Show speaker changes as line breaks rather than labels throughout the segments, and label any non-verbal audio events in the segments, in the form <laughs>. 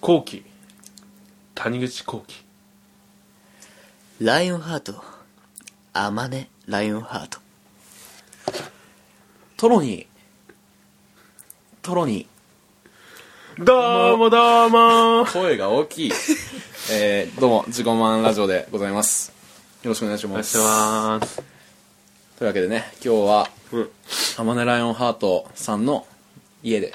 後期谷口後期
ライオンハート。あまね、ライオンハート。
トロニー。トロニ
どうもどうも
ー。声が
<laughs>
大きい。えー、どうも、自己満ラジオでございます。よろしくお願いし
お願
ま
いし
す。
ます
というわけでね、今日は、
うん
ハマネライオンハートさんの家で、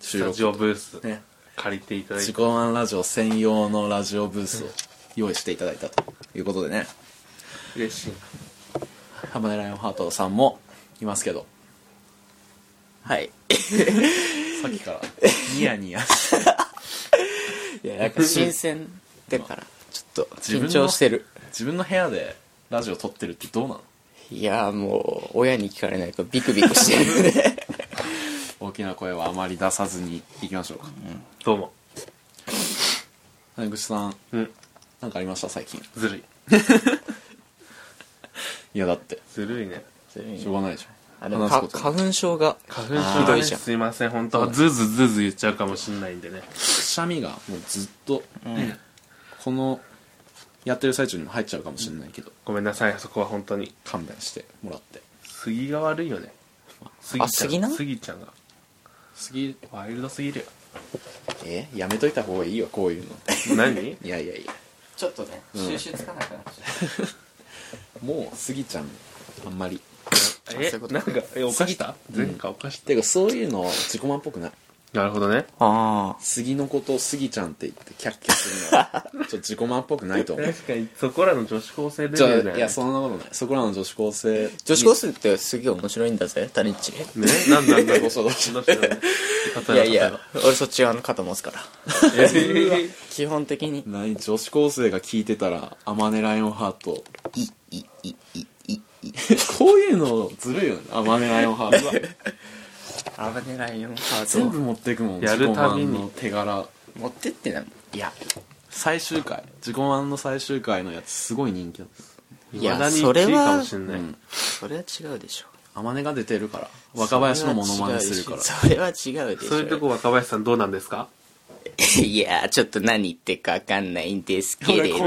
収
スタ
録
ジ。オブース
ね。
借りていただい
自
て
己満ラジオ専用のラジオブースを用意していただいたということでね、
嬉しい
ハマネライオンハートさんもいますけど、
はい。
さっきから、ニヤニヤし
<laughs> いや、なんか新鮮だから、ちょっと
自分
緊
の
張してる。
自分の部屋でラジオ撮ってるってどうなの
いや、もう、親に聞かれないとビクビクしてるね。
<laughs> 大きな声はあまり出さずにいきましょうか
どうも
谷口さん
うん
なんかありました最近
ずるい
いやだって
ずるいね
しょうがないでし
あ
ょ
でも
話す
か
こと
花粉症が、
花粉症だ
あー
ねすいません本当ずーずーずーずー言っちゃうかもしんないんでね
くしゃみがもうずっと、このやってる最中にも入っちゃうかもしれないけど
ごめんなさいそこは本当に
勘弁してもらって
杉が悪いよね杉
あ杉な
杉ちゃんが
次
ワイルドすぎるよ
えやめといた方がいいよこういう
<laughs>
の
何
いやいやいや
ちょっとね、収集つかなくなっちゃ
もうスギちゃんあんまり
そうい
え
うこと
なんかえ犯した
ん
前科犯した
てかそういうの自己満っぽくない
なるほどね
ああ。
杉のことをスギちゃんって言ってキャッキャするの <laughs> はちょっと自己満っぽく <laughs> ないと思う
確かにそこらの女子高生レベ
じゃ
ルだよ
あ
ね
いやそんなことないそこらの女子高生
女子高生ってすげえ面白いんだぜ、タニッチ。
ねなんなんだ <laughs>
どうしたどうし
どうした
いやいや、俺そっち側の肩持つから。
えー
基本的に、
何女子高生が聞いてたら「アマネライオンハート
い、い、い、い、い、い。」
こういうのずるいよね「アマネライオンハートは」
あばねライオンハ
<laughs> 全
ー
部持ってくもん
<laughs> やるたびに
自己満の手柄
ト。持ってってないもん。
いや最終回自己満の最終回のやつすごい人気なんです
い
未
や、
だに
それ
1位か
は
も、しんない
それは違うでしょ。
アマネが出てるから若林のモノマネするから
それは違うでしょ。
そういうとこ若林さんどうなんですか
いや、ちょっと何言ってるかわかんないんですけれど。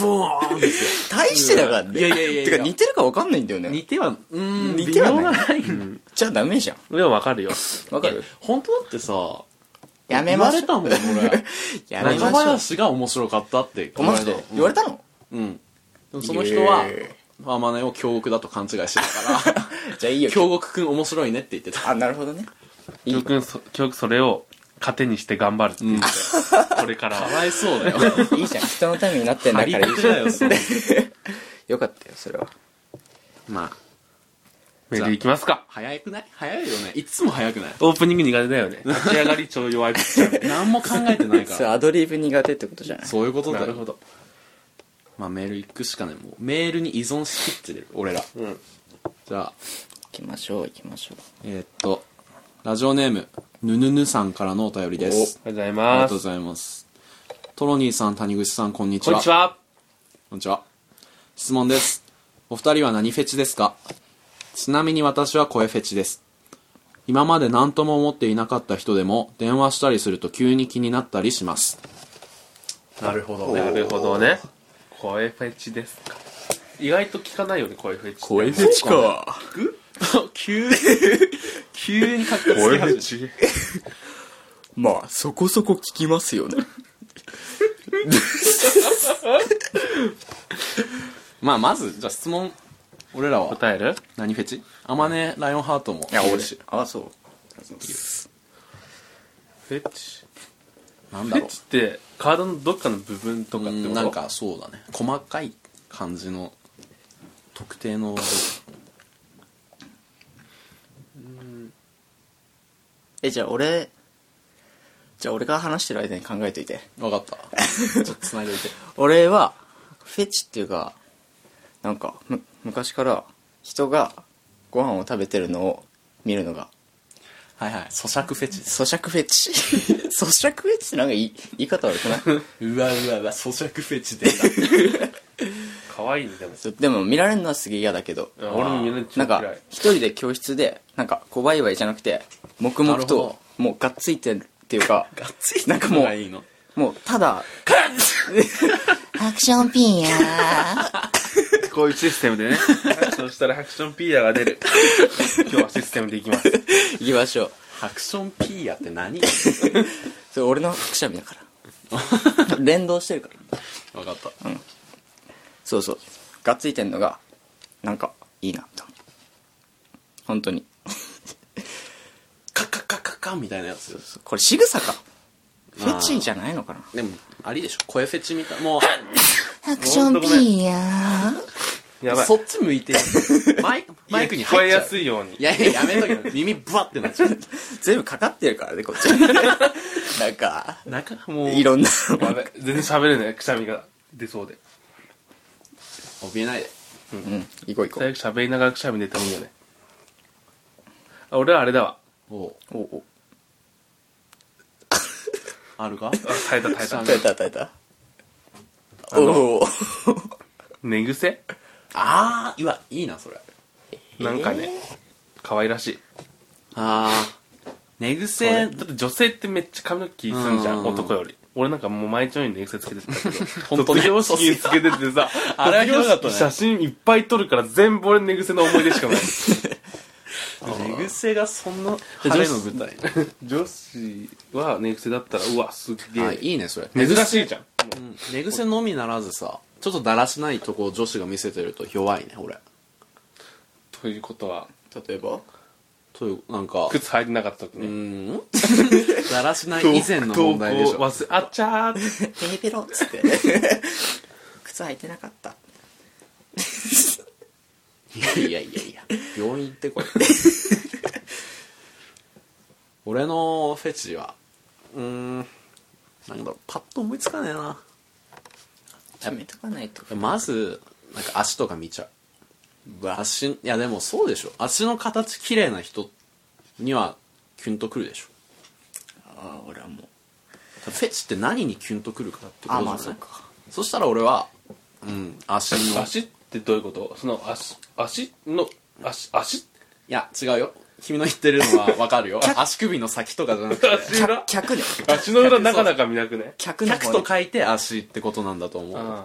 ボーンですよ
大してなかった
いやいやいやいや
てか似てるかわかんないんだよね
似。てはうーん
似てはない
微妙なライン
じゃあダメじゃん。
でもわかるよ
わかる
本当だってさ
やめましょう。
言われたもん俺
やめ
中
ましょう。
林が面白かったって
お前で言われたの
うんでもその人は
イエ
アマネを京極だと勘違いして
<laughs>
たから
じゃあいいよ。
京極くん面白いねって言ってた。
あ、なるほどね。
教訓そ教訓それを糧にして頑張るって言って <laughs> これから
か
は
わいそう
<laughs>
だよ。
いいじゃん。人のためになってんだ
あ
か
り
らいいじゃ
だよ、それ。
ん。よかったよ、それは。
まあ、
メールいきますか
早くない早いよね。いつも早くない
オープニング苦手だ <laughs> よね立ち上がり超弱いピッチャー
何も考えてないか
<laughs> それ
ら。
アドリブ苦手ってことじゃない
そういうことだ
な
よ。
るほど
まあメール行くしかない。もうメールに依存しきってる、俺ら。
うん
じゃあ、
行きましょう、行きましょう。
えーっと、ラジオネーム、ぬぬぬさんからのお便りで
おありが
す。
とうござい
ありが
ま
とう
す
ございます。トロニーさん、谷口さん、こんにち
こん
は。
にちは
こんにちは。質問です。お二人は何フェチですかちなみに私は声フェチです。今まで何とも思っていなかった人でも電話したりすると急に気になったりします。
なるほどなるほどね声フェチですか意外と聞かないよね声フェチって
チ
か。
急に、急にかっこ
声
つ
フ
け
ェ
始
チ
まあ、そこそこ聞きますよね。
<laughs> めまあ、まず、じゃあ質問。俺らは
答える
何フェチあまねライオンハートも。
いや、俺
いし。、
あ、そう。
フェチ
なん
フ
だ
ェ
ろ
チって体のどっかの部分と
う。
かってこ
う
と
んなんかそうだね。細かい感じの特定 <laughs> の。
え、じゃあ俺、じゃあ俺が話してる間に考えといて。
わかった。ちょっと繋いでおいて。
俺は、フェチっていうか、なんか、む、昔から人がご飯を食べてるのを見るのが、
はいはい。咀嚼フェチです。
咀嚼フェチ。 <laughs> 咀嚼フェチってなんか言い言い方悪くないう <laughs>
わうわうわ、咀嚼フェチ <laughs> で。
可愛いねでも
そうでも見られるのはすげえ嫌だけど、
俺も見られち
な
ゃ
ん
うく
から
い
一人で教室でなんかこうワイワイじゃなくて黙々
なるほ
と
ど
もうがっついてるっていうか
<laughs> がっつい
なんかも
がいいの
うもうただ <laughs> アクションピンや
<laughs> てこういうシステムで <laughs> ねアクションしたらハクションピーヤが出る今日はシステムでいきます
ー行きましょう
ハクションピーヤって <laughs> 何
それ俺のくしゃみだから
<laughs>
連動してるから
分かった
そうそうがっついてんのがなんかいいなと思う本当に
カカカカカみたいなやつ
これ仕草かフ
あー
ェチじゃないのかな
でもありでしょ声フェチみたいも <laughs>
アク
ションピー
や
や
う
ばい
そっち向
<laughs>
いてマイクマイクに
聞こえ
入っちゃ
や
う
すいように
いやい <laughs> ややめとけよ耳ブワってなっちゃう
全部かかってるからねこ
<laughs>
っちなんか
なんかもう
いろんな
やばい全然喋れないくしゃみが出そうで
怯えないで
うん行こう行こう
最悪喋りながらくしゃみ出てもいいよねあ俺はあれだわ
おう
おお
あるか
あ耐えた耐えた
耐えた耐えたおお
寝癖
<laughs> ああうわいいなそれ
なんかね可愛らしい
ああ寝
だ
癖
って女性ってめっちゃ髪の毛気にすんじゃ
うんん
男より俺なんかもう毎日のように寝癖つけてたけど
<laughs> 本当ね
卒業式につけててさ
あれはひどかった
卒業
ね
式写真いっぱい撮るから全部俺寝癖の思い出し
<laughs>
かない
寝癖がそんな
晴
晴
れ
れ
の
の
舞
舞
台
台
<laughs> 女子は寝癖だったらうわすっげ
あ
え
いいねそれ
珍しいじゃん
うん寝癖のみならずさちょっとだらしないとこを女子が見せてると弱いね俺
ということは
例えば
というなんか
靴履いてなかった時
うー
ね <laughs>
んだらしない以前の問題でし
投稿
ょ
忘れあっちゃーって
ペロペロっつって靴履いてなかった
いやいやいやいや病院
<laughs>
行ってこい俺のフェチはうーんなんだろうパッと思いつかねえな
やめとかないと
まずなんか足とか見ちゃう
うわ
足いやでもそうでしょ足の形綺麗な人にはキュンとくるでしょ
あー俺はも
フ
う
ェチって何にキュンとくるかってこと
あ
じゃない
まあそうか
そしたら俺はうん足の
足ってどういうことその足足の足足
いや違うよ君の言ってるのは分かるよ足首の先とかじゃなくて
足裏
客ね
足の裏なかなか見なくね
客の
100
方
と
ね
書いて足ってことなんだと思
う
うん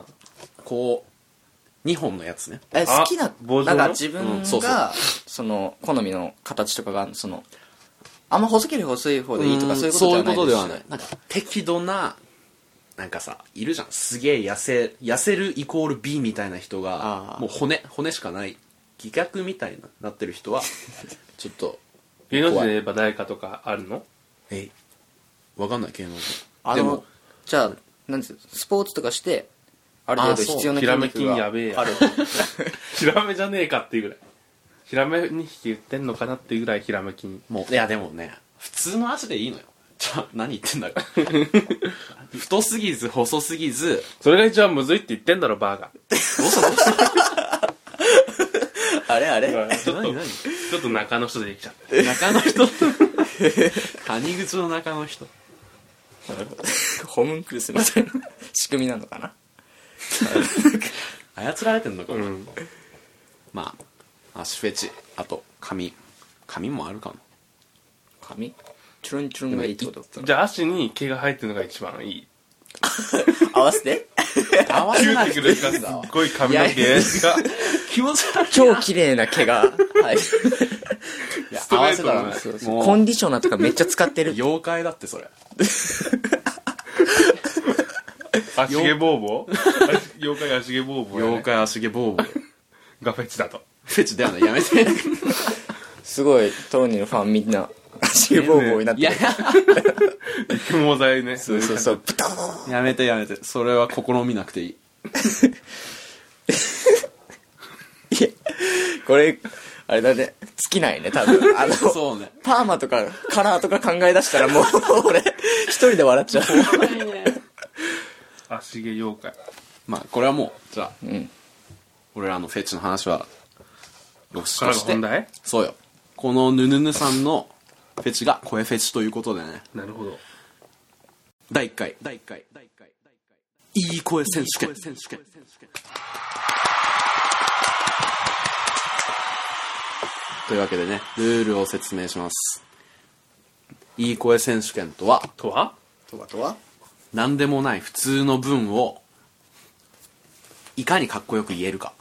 こう2本のやつね
え
あ
好きな
棒状の
なんか自分
うんそう
がその好みの形とかがあるのそのあんま細ければ細い方でいいとかそういうこと
そ
で
うい
は
うことですは
ないで
ないなんか適度ななんかさいるじゃんすげえ痩せ痩せるイコール美みたいな人が
あー
もう骨骨しかない自虐みたいになってる
<laughs>
人はちょっと
芸能人で言えば誰かとかあるの
えわかんない芸能人
あ
で
の
も
じゃあなんですスポーツと
<laughs>
かしてある程度
あそう
必要な
ひ
筋
らめ
肉
きんや
が
べえやひらめじゃねえかっていうぐらいひらめに匹言ってんのかなっていうぐらいひらめきん
<laughs> もういやでもね普通の足でいいのよちょ何言ってんだ <laughs> か太すぎず細すぎず
それが一番むずいって言ってんだろバーが
どうしたどうした
あれあ
ちょ
<laughs> れ
っと
何何
ちょっと中の人でできちゃって
中の人谷口の中の人
ホムンクルスみたいな仕組みなのかな
操られてんのかな、
うん
まあ足フェチあと髪髪もあるかも
髪チュルンチュルンがいいってこと
じゃあ足に毛が生えてるのが一番いい
合わせ <laughs> て
合わ
キュ
せな
ー
く
ティクル
ていい
が
ん
すっ
<laughs>
だわ
ごい髪の毛
いや
が
気持ち悪い
超綺麗な
<laughs>
毛がはい
いや
ト
合
レー
わせ
ト
た
な
らね
コ
もう
ンディショナーとかめっちゃ使
<laughs>
ってる
妖怪だってそれ
足毛ボーボー足 <laughs> 妖怪が足毛ボーボーやね
妖怪足毛ボーボー
がフェチだと
フェチではないやめて
すごいトロニーのファンみん <laughs> な足ボーボーにな
<laughs>
っ
い
て
や
る
育 <laughs> 毛剤ね
そうそうそうブターン
やめてやめてそれは試みなくていい
いやこれあれだね尽きないね多分あの
そうね
パーマとかカラーとか考え出した
<laughs>
らもう俺一人で笑っちゃう
足毛妖怪
まあこれはもうじゃあ、
ん
俺らのフェチの話はご視
これが
聴して
本題
そうよこのヌヌヌさんのフェチが声フェチということでね
なるほど
第1回第1回第1回第1回いい声選手権というわけでねルールを説明しますいい声選手権とは
とは
とはとは
何でもない普通の文をいかにかっこよく言えるか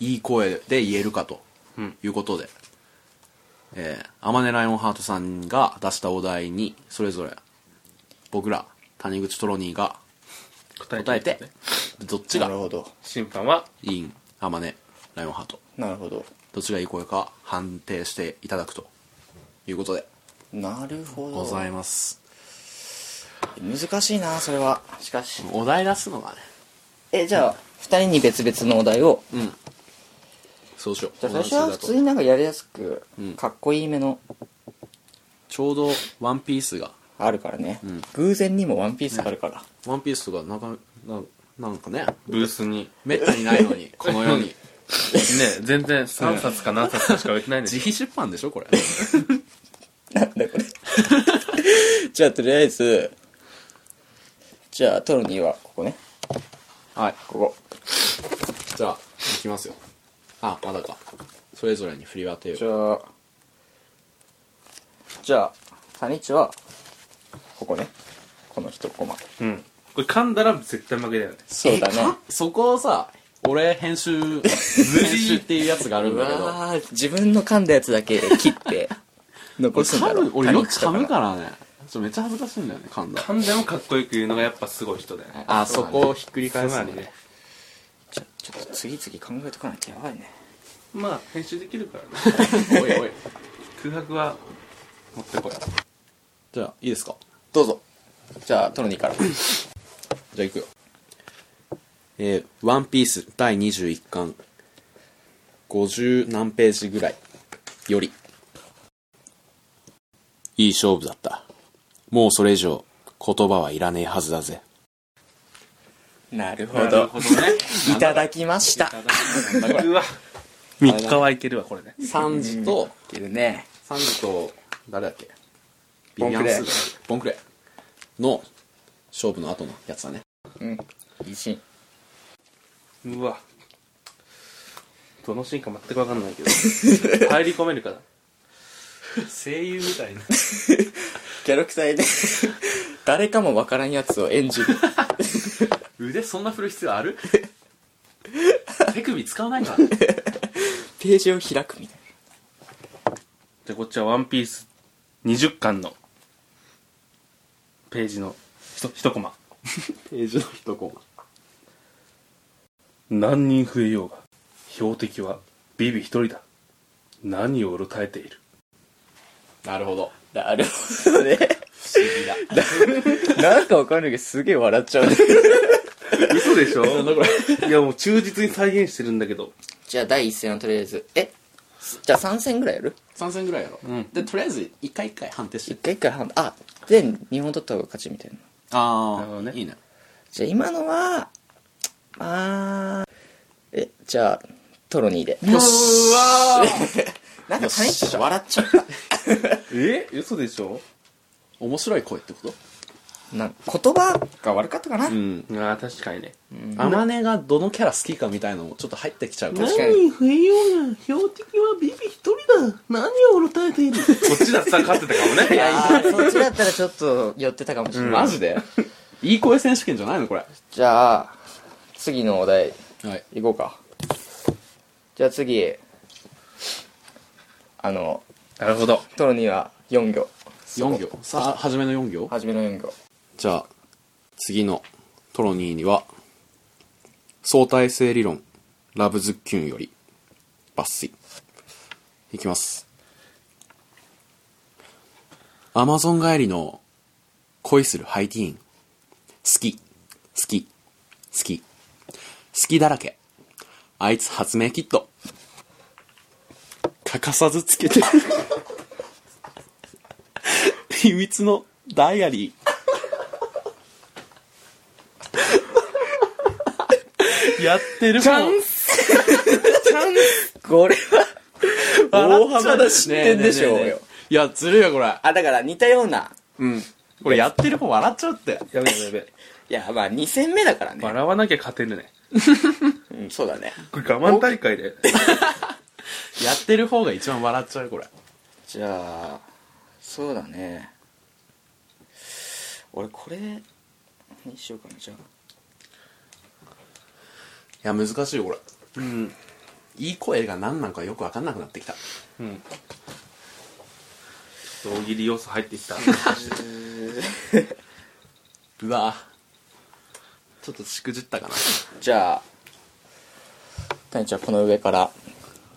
いい声で言えるかと
うん
いうことで、えー、天音ライオンハートさんが出したお題にそれぞれ僕ら谷口トロニーが
答
答えてどっち
な
が
るほど
審判はい
いん天音ライオンハート
なるほど
どっちがいい声か判定していただくということで
なるほど
ございます
難しいなそれはしかし
お題出すのがね
えじゃあ2人に別々のお題を
うんそうしよう
じゃあ最初は
同じ
普
だと
通になんかやりやすく
ん
かっこいいめの
ちょうど「ワンピースが
あるからね、偶然にもワンピースあるから、
「ワンピースとかなんかななんかね
ブースに
めったにないの <laughs> にこの世に
ね全然3冊か何冊かしか売ってない <laughs> んで
自
す
費出版でしょこれ
なんだこれじゃあとりあえずじゃあトロニーはここね
はい
ここ
じゃあいきますよあまだかそれぞれに振り分けよ
じ
う
ゃあじゃあサニッチはここねこの一コマ
うんこれ噛んだら絶対負けだよね
そうだね
そこをさ俺編集編集っていうやつがあるん
う
だけど
わー自分の噛んだやつだけ切って残すんだ
噛
ろ
む俺よく噛む
ら
からねちょめっちゃ恥ずかしいんだよね噛んだ
噛んでもかっこよく言うのがやっぱすごい人だよね
あそこをひっくり返す
つま
の
りね
ね
ちょちょっと次々考えとかないとやばいね
まあ編集できるからね
おいおい
空白は持ってこい
じゃあいいですか
どうぞじゃあトロニーから
じゃあ行くよ。えーワンピース第21巻、50何ページぐらいより。いい勝負だった。もうそれ以上、言葉はいらねえはずだぜ。
なるほ
なる
ど
ほどね <laughs>
いただきました
うわ3日はいけるわこれね
サンジと、
いるね
サンジと、誰だっけ
ボンクレー
ビビアスーボンクレーの勝負の後のやつだね。
うんいいシーン
うわどのシーンか全く分かんないけ <laughs> ど入り込めるかな声優みたいな
キャラクターで <laughs> 誰かもわからんやつを演じる
腕そんな振る必要あ <laughs> る手首使わない <laughs> から。
ページを開くみたい
じゃあこっちは「ワンピース20巻のページのひと一コマ
ページの一コマ。
何人増えようが標的はビビ一人だ何をうろたえている
なるほど。
ななるほどね
不思議だ。
なんかわかんないけどすげえ笑っちゃうね
嘘でし <laughs> ょ
なんだこれ
いやもう忠実に再現してるんだけど
じゃあ第一戦はとりあえずえじゃあ3戦ぐらいやる
3戦ぐらいやろ、
ん
でとりあえず一回一回判定し
一
て
回一回半あで日本取った方が勝ちみたいな
ああ
なるほどね
いいね
じゃあ今のはあーえじゃあトロニーで
うわー
<laughs> なんかタニッチ笑っちゃった
え嘘でしょ
面白い声ってこと
なんか言葉が悪かったかな、
ん
ああ確かにね
あまねがどのキャラ好きかみたいのもちょっと入ってきちゃうから
確かに
増えようが標的はビビ一人だ何をうろたえているこっちだったら勝ってたかもね <laughs> いや
あーそっちだったらちょっと寄ってたかもしれない、
マジ <laughs> でいい声選手権じゃないのこれ
じゃあ次のお題
はい
いこうかじゃあ次あの
なるほど
トロニーは4行
4行さあ初めの4行
初めの4行
じゃあ次のトロニーには相対性理論ラブズッキュンより抜粋いきますアマゾン帰りの恋するハイティーン好き好き好き好きだらけあいつ発明キット欠かさずつけてる <laughs> 秘密のダイアリー
やってるもん
これは大幅な失
失
点
点
でしょうよ、
いやずるいよこれ
あだから似たような
うんこれやってる方笑っちゃうって
やべやべやべ
いやまあ2戦目だからね、
笑わなきゃ勝てるね
うん、そうだね
これ我慢大会で
やってる方が一番笑っちゃうこれ
じゃあそうだね俺これにしようかなじゃあ
や難しいこれ
うん
いい声が何なのかよく分かんなくなってきた
うんちょっと大喜利要素入ってきた
うわちょっとしくじったかな
じゃあ谷ちゃんこの上から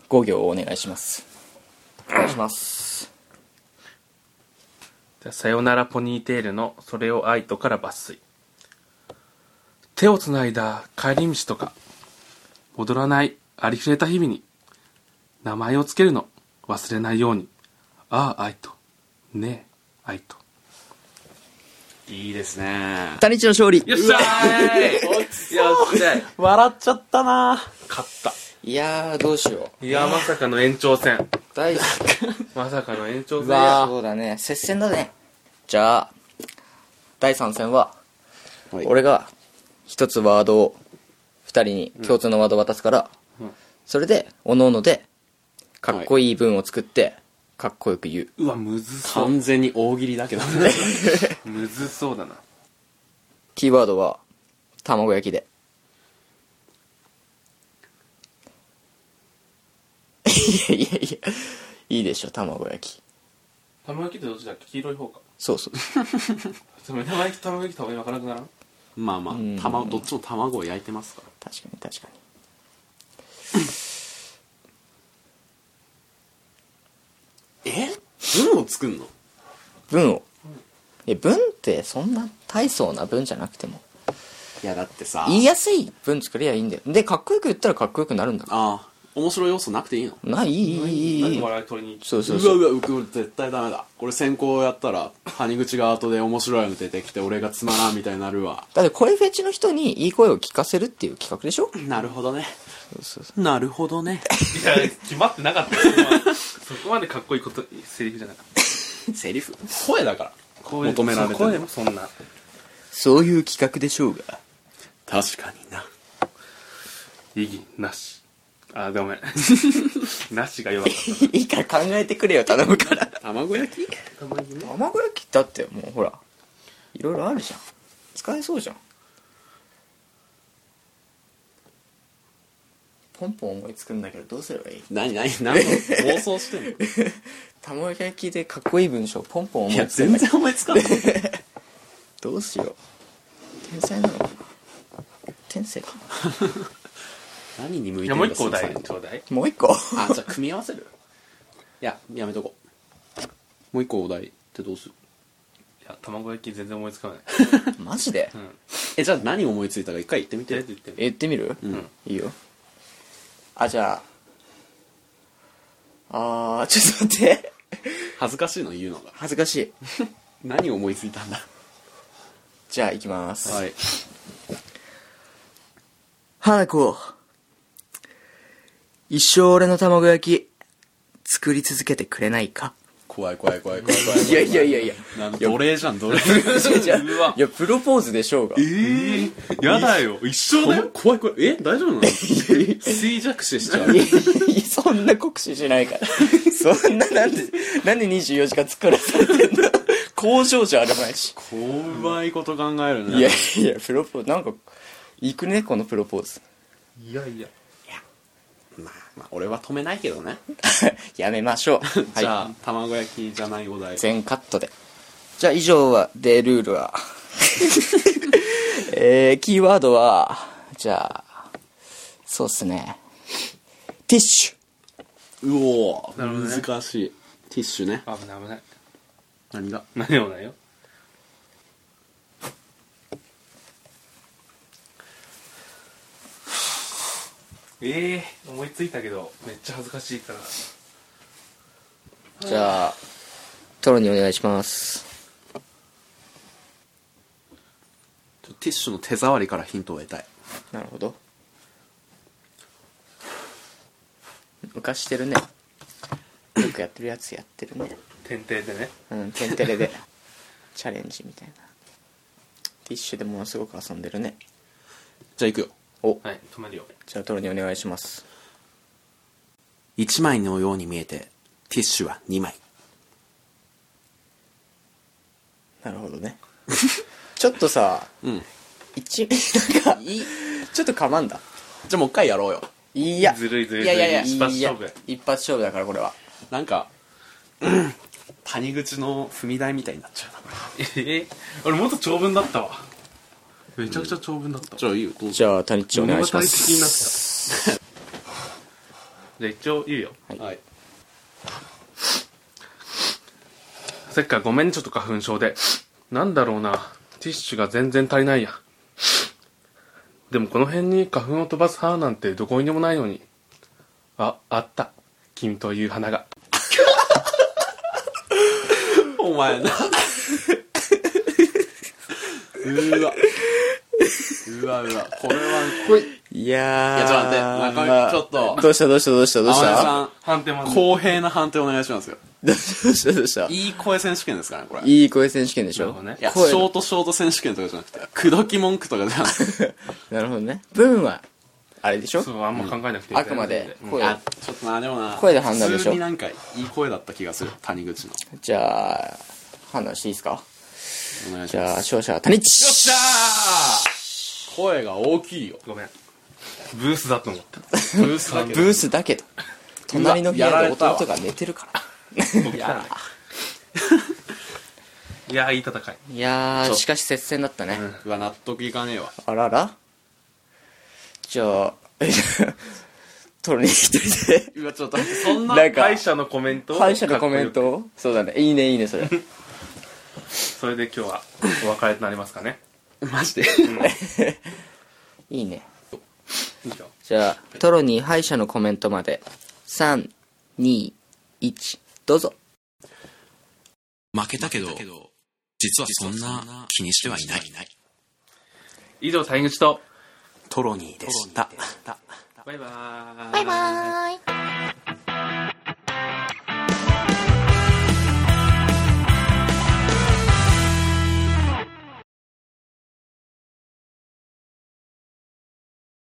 5行をお願いしますお願いします
じゃあさよならポニーテールの「それを愛と」から抜粋手をつないだ帰り道とか踊らないありふれた日々に名前をつけるの忘れないようにああ愛とねえ愛と
いいですね
谷ちの勝利
よっしゃー <laughs> いよっしゃい
笑っちゃったな
勝った
いやーどうしよう
いやまさかの延長戦
大好
まさかの延長
き
戦
だそうだね接戦だねじゃあ第3戦は
はい
俺が一つワードを2人に共通のワードを渡すから、
うん
それでおののでかっこいい文を作ってかっこよく言う、
うわむずそう
完全に大喜利だけどね
むずそうだな
キーワードは卵焼
<laughs>
きでいやいやいやいいでしょ卵焼き
玉焼きってどっちだっけ黄色い方か
そうそう
玉焼き玉焼きたまにわからなくならん
まあま
うん
あ卵どっちも卵を焼いてますから
確かに確かに
え文を作んの
文をいや文ってそんな大層な文じゃなくても
いやだってさ
言いやすい文作りゃいいんだよでかっこよく言ったらかっこよくなるんだか
ああ面白い要素なくていいの
らないいいいいいいいい
笑い取りに
そうそう
う
そう
わうわこれ絶対ダメだこれ先行やったら谷口が後で面白いの出てきて俺がつまらんみたいになるわ
だって声フェチの人にいい声を聞かせるっていう企画でしょ
なるほどね
そうそうそ
なるほどね
いや決まってなかったよそこまでそこまでかっこいいことセリフじゃなかった
<laughs> セリフ声だから
声
<laughs> 求められてる
そう声もそんな
ういう企画でしょうが
確かにな
意義なしあごめん <laughs> なしが弱かっ
<laughs> いいから考えてくれよ頼むから
卵焼き
たたまにね
卵焼きだってもうほらいろいろあるじゃん使えそうじゃんポンポン思いつくんだけどどうすればいい
何何何の妄想してんの
卵焼きでかっこいい文章ポンポ
<laughs> い
ン思
や
いつく
全
んだけ
然思いつかない
どどうしよう天才なのかな天性かな
何に向い
い
て
や
ん
も
だ
う一個お題
その才能
ちょうだい
もう一個
あじゃあ組み合わせるいややめとこうもう一個お題ってどうする
いや卵焼き全然思いつかない
<laughs> マジで
うん
えじゃあ何思いついたか一回言ってみ
とりあえ
て
ず言ってみ
言ってみる、
ん
いいよあじゃああーちょっと待って
恥ずかしいの言うのが
恥ずかしい
何思いついたんだ
じゃあ行きます、
はい
花子一生俺の卵焼き作り続けてくれないか
怖い怖い怖い怖い怖い
いやいやいやいや
なん奴隷じゃん奴 <laughs> 隷
うわ
いやプロポーズでしょうが
ええやだよ一生だよ
怖い怖いえ大丈夫なの衰弱死しちゃう <laughs>
いやいやそんな酷使しないからそんななんでなんで24時間作らされてんの工場じゃあるまいし
怖いこと考えるね
いやいやプロポーズなんかいくねこのプロポーズ <laughs>
いやいや
まあまあ俺は止めないけどね
やめましょう
じゃ
は
あ卵焼きじゃないお題
い、全カットでじゃあ以上はでルールは <laughs> えー、キーワードはじゃあそうっすねティッシ
うおー
なるほどね
難しいティッシュね
危ない危ない
何が
何もないよええ思いついたけどめっちゃ恥ずかしいから
ュじゃあトロにお願いします
ちょティッシュの手触りからヒントを得たい
なるほど浮かしてるねよくやってるやつやってるね
天帝でね
うん天てれでチャレンジみたいなティッシュでものすごく遊んでるね
じゃあいくよ
お
はい止めるよ
じゃあトロにお願いします
1枚のように見えてティッシュは2枚
なるほどねちょっとさ
うん。
一 <laughs> なんか
いい。
ちょっとかまんだ
じゃあもう一回やろうよ。
いや
ずるいずるい
いやいやいや
ずるい一発勝負
いや一発勝負だからこれは
なん <clears throat> か、谷口の踏み台みたいになっちゃうな、これ。
ええ俺もっと長文だったわめちゃくちゃ長文だったわ
じゃあいいよ、どうぞ。
じゃあ谷口お願いしま
物語的になっ
す
たじゃあ一応言うよ
はい。
せっかごめんねちょっと花粉症でなんだろうなティッシュが全然足りないやでもこの辺に花粉を飛ばす花なんてどこにでもないのにああった君という花が
お前な。うわ。うわうわ。これは、こい。
いやー
いやちょっと待って中身
まあ
ちょっと
どうしたどうしたどうしたどうし
天音
た
さん、
判定まで
公平な判定お願いしますよ。
どうしたどうした
いい声選手権ですからね、これ。い
いい声選手権でし
な
ょ
るほどね
や、シ
声
ョートショート選手権とかじゃなくて、口説き文句とかじゃなくて。
<laughs> なるほどね文はあれでしょ
そうあんま考えなくていい
あくまで声
あ、ちょっとな、でもな。
声で判断でしょ
普通になんか、いい声だった気がする。谷口の。
じゃあ判断していいですか
お願いし
じ
ま
ゃあ
す。
勝者は谷口
よっしゃー声が大きいよ。
ごめんブースだと思った
ブースだ
ブ
けど。
ースだけど隣の部
やら
屋で
れたわ
弟が寝てるから
僕らね <laughs> いやーいい戦い
いや
そ
ー
う
しかし接戦だったね
うわ、納得いかねえわ。
あららじゃあえ <laughs> 取りに一人で
うわ、ちょっと待って、そんな。
なんか
敗者のコメントを
敗者のコメン
かっこよ
トをそうだねいいねいいねそれ
くそれで今日はお別れとなりますかね
マジで。
いいね
いいよ
じゃあトロに敗者のコメントまで321どうぞ
負けたけど、実はそんな気にしてはいない。
以上谷口と
トロニーでした。
バイバーイ
バイバーイ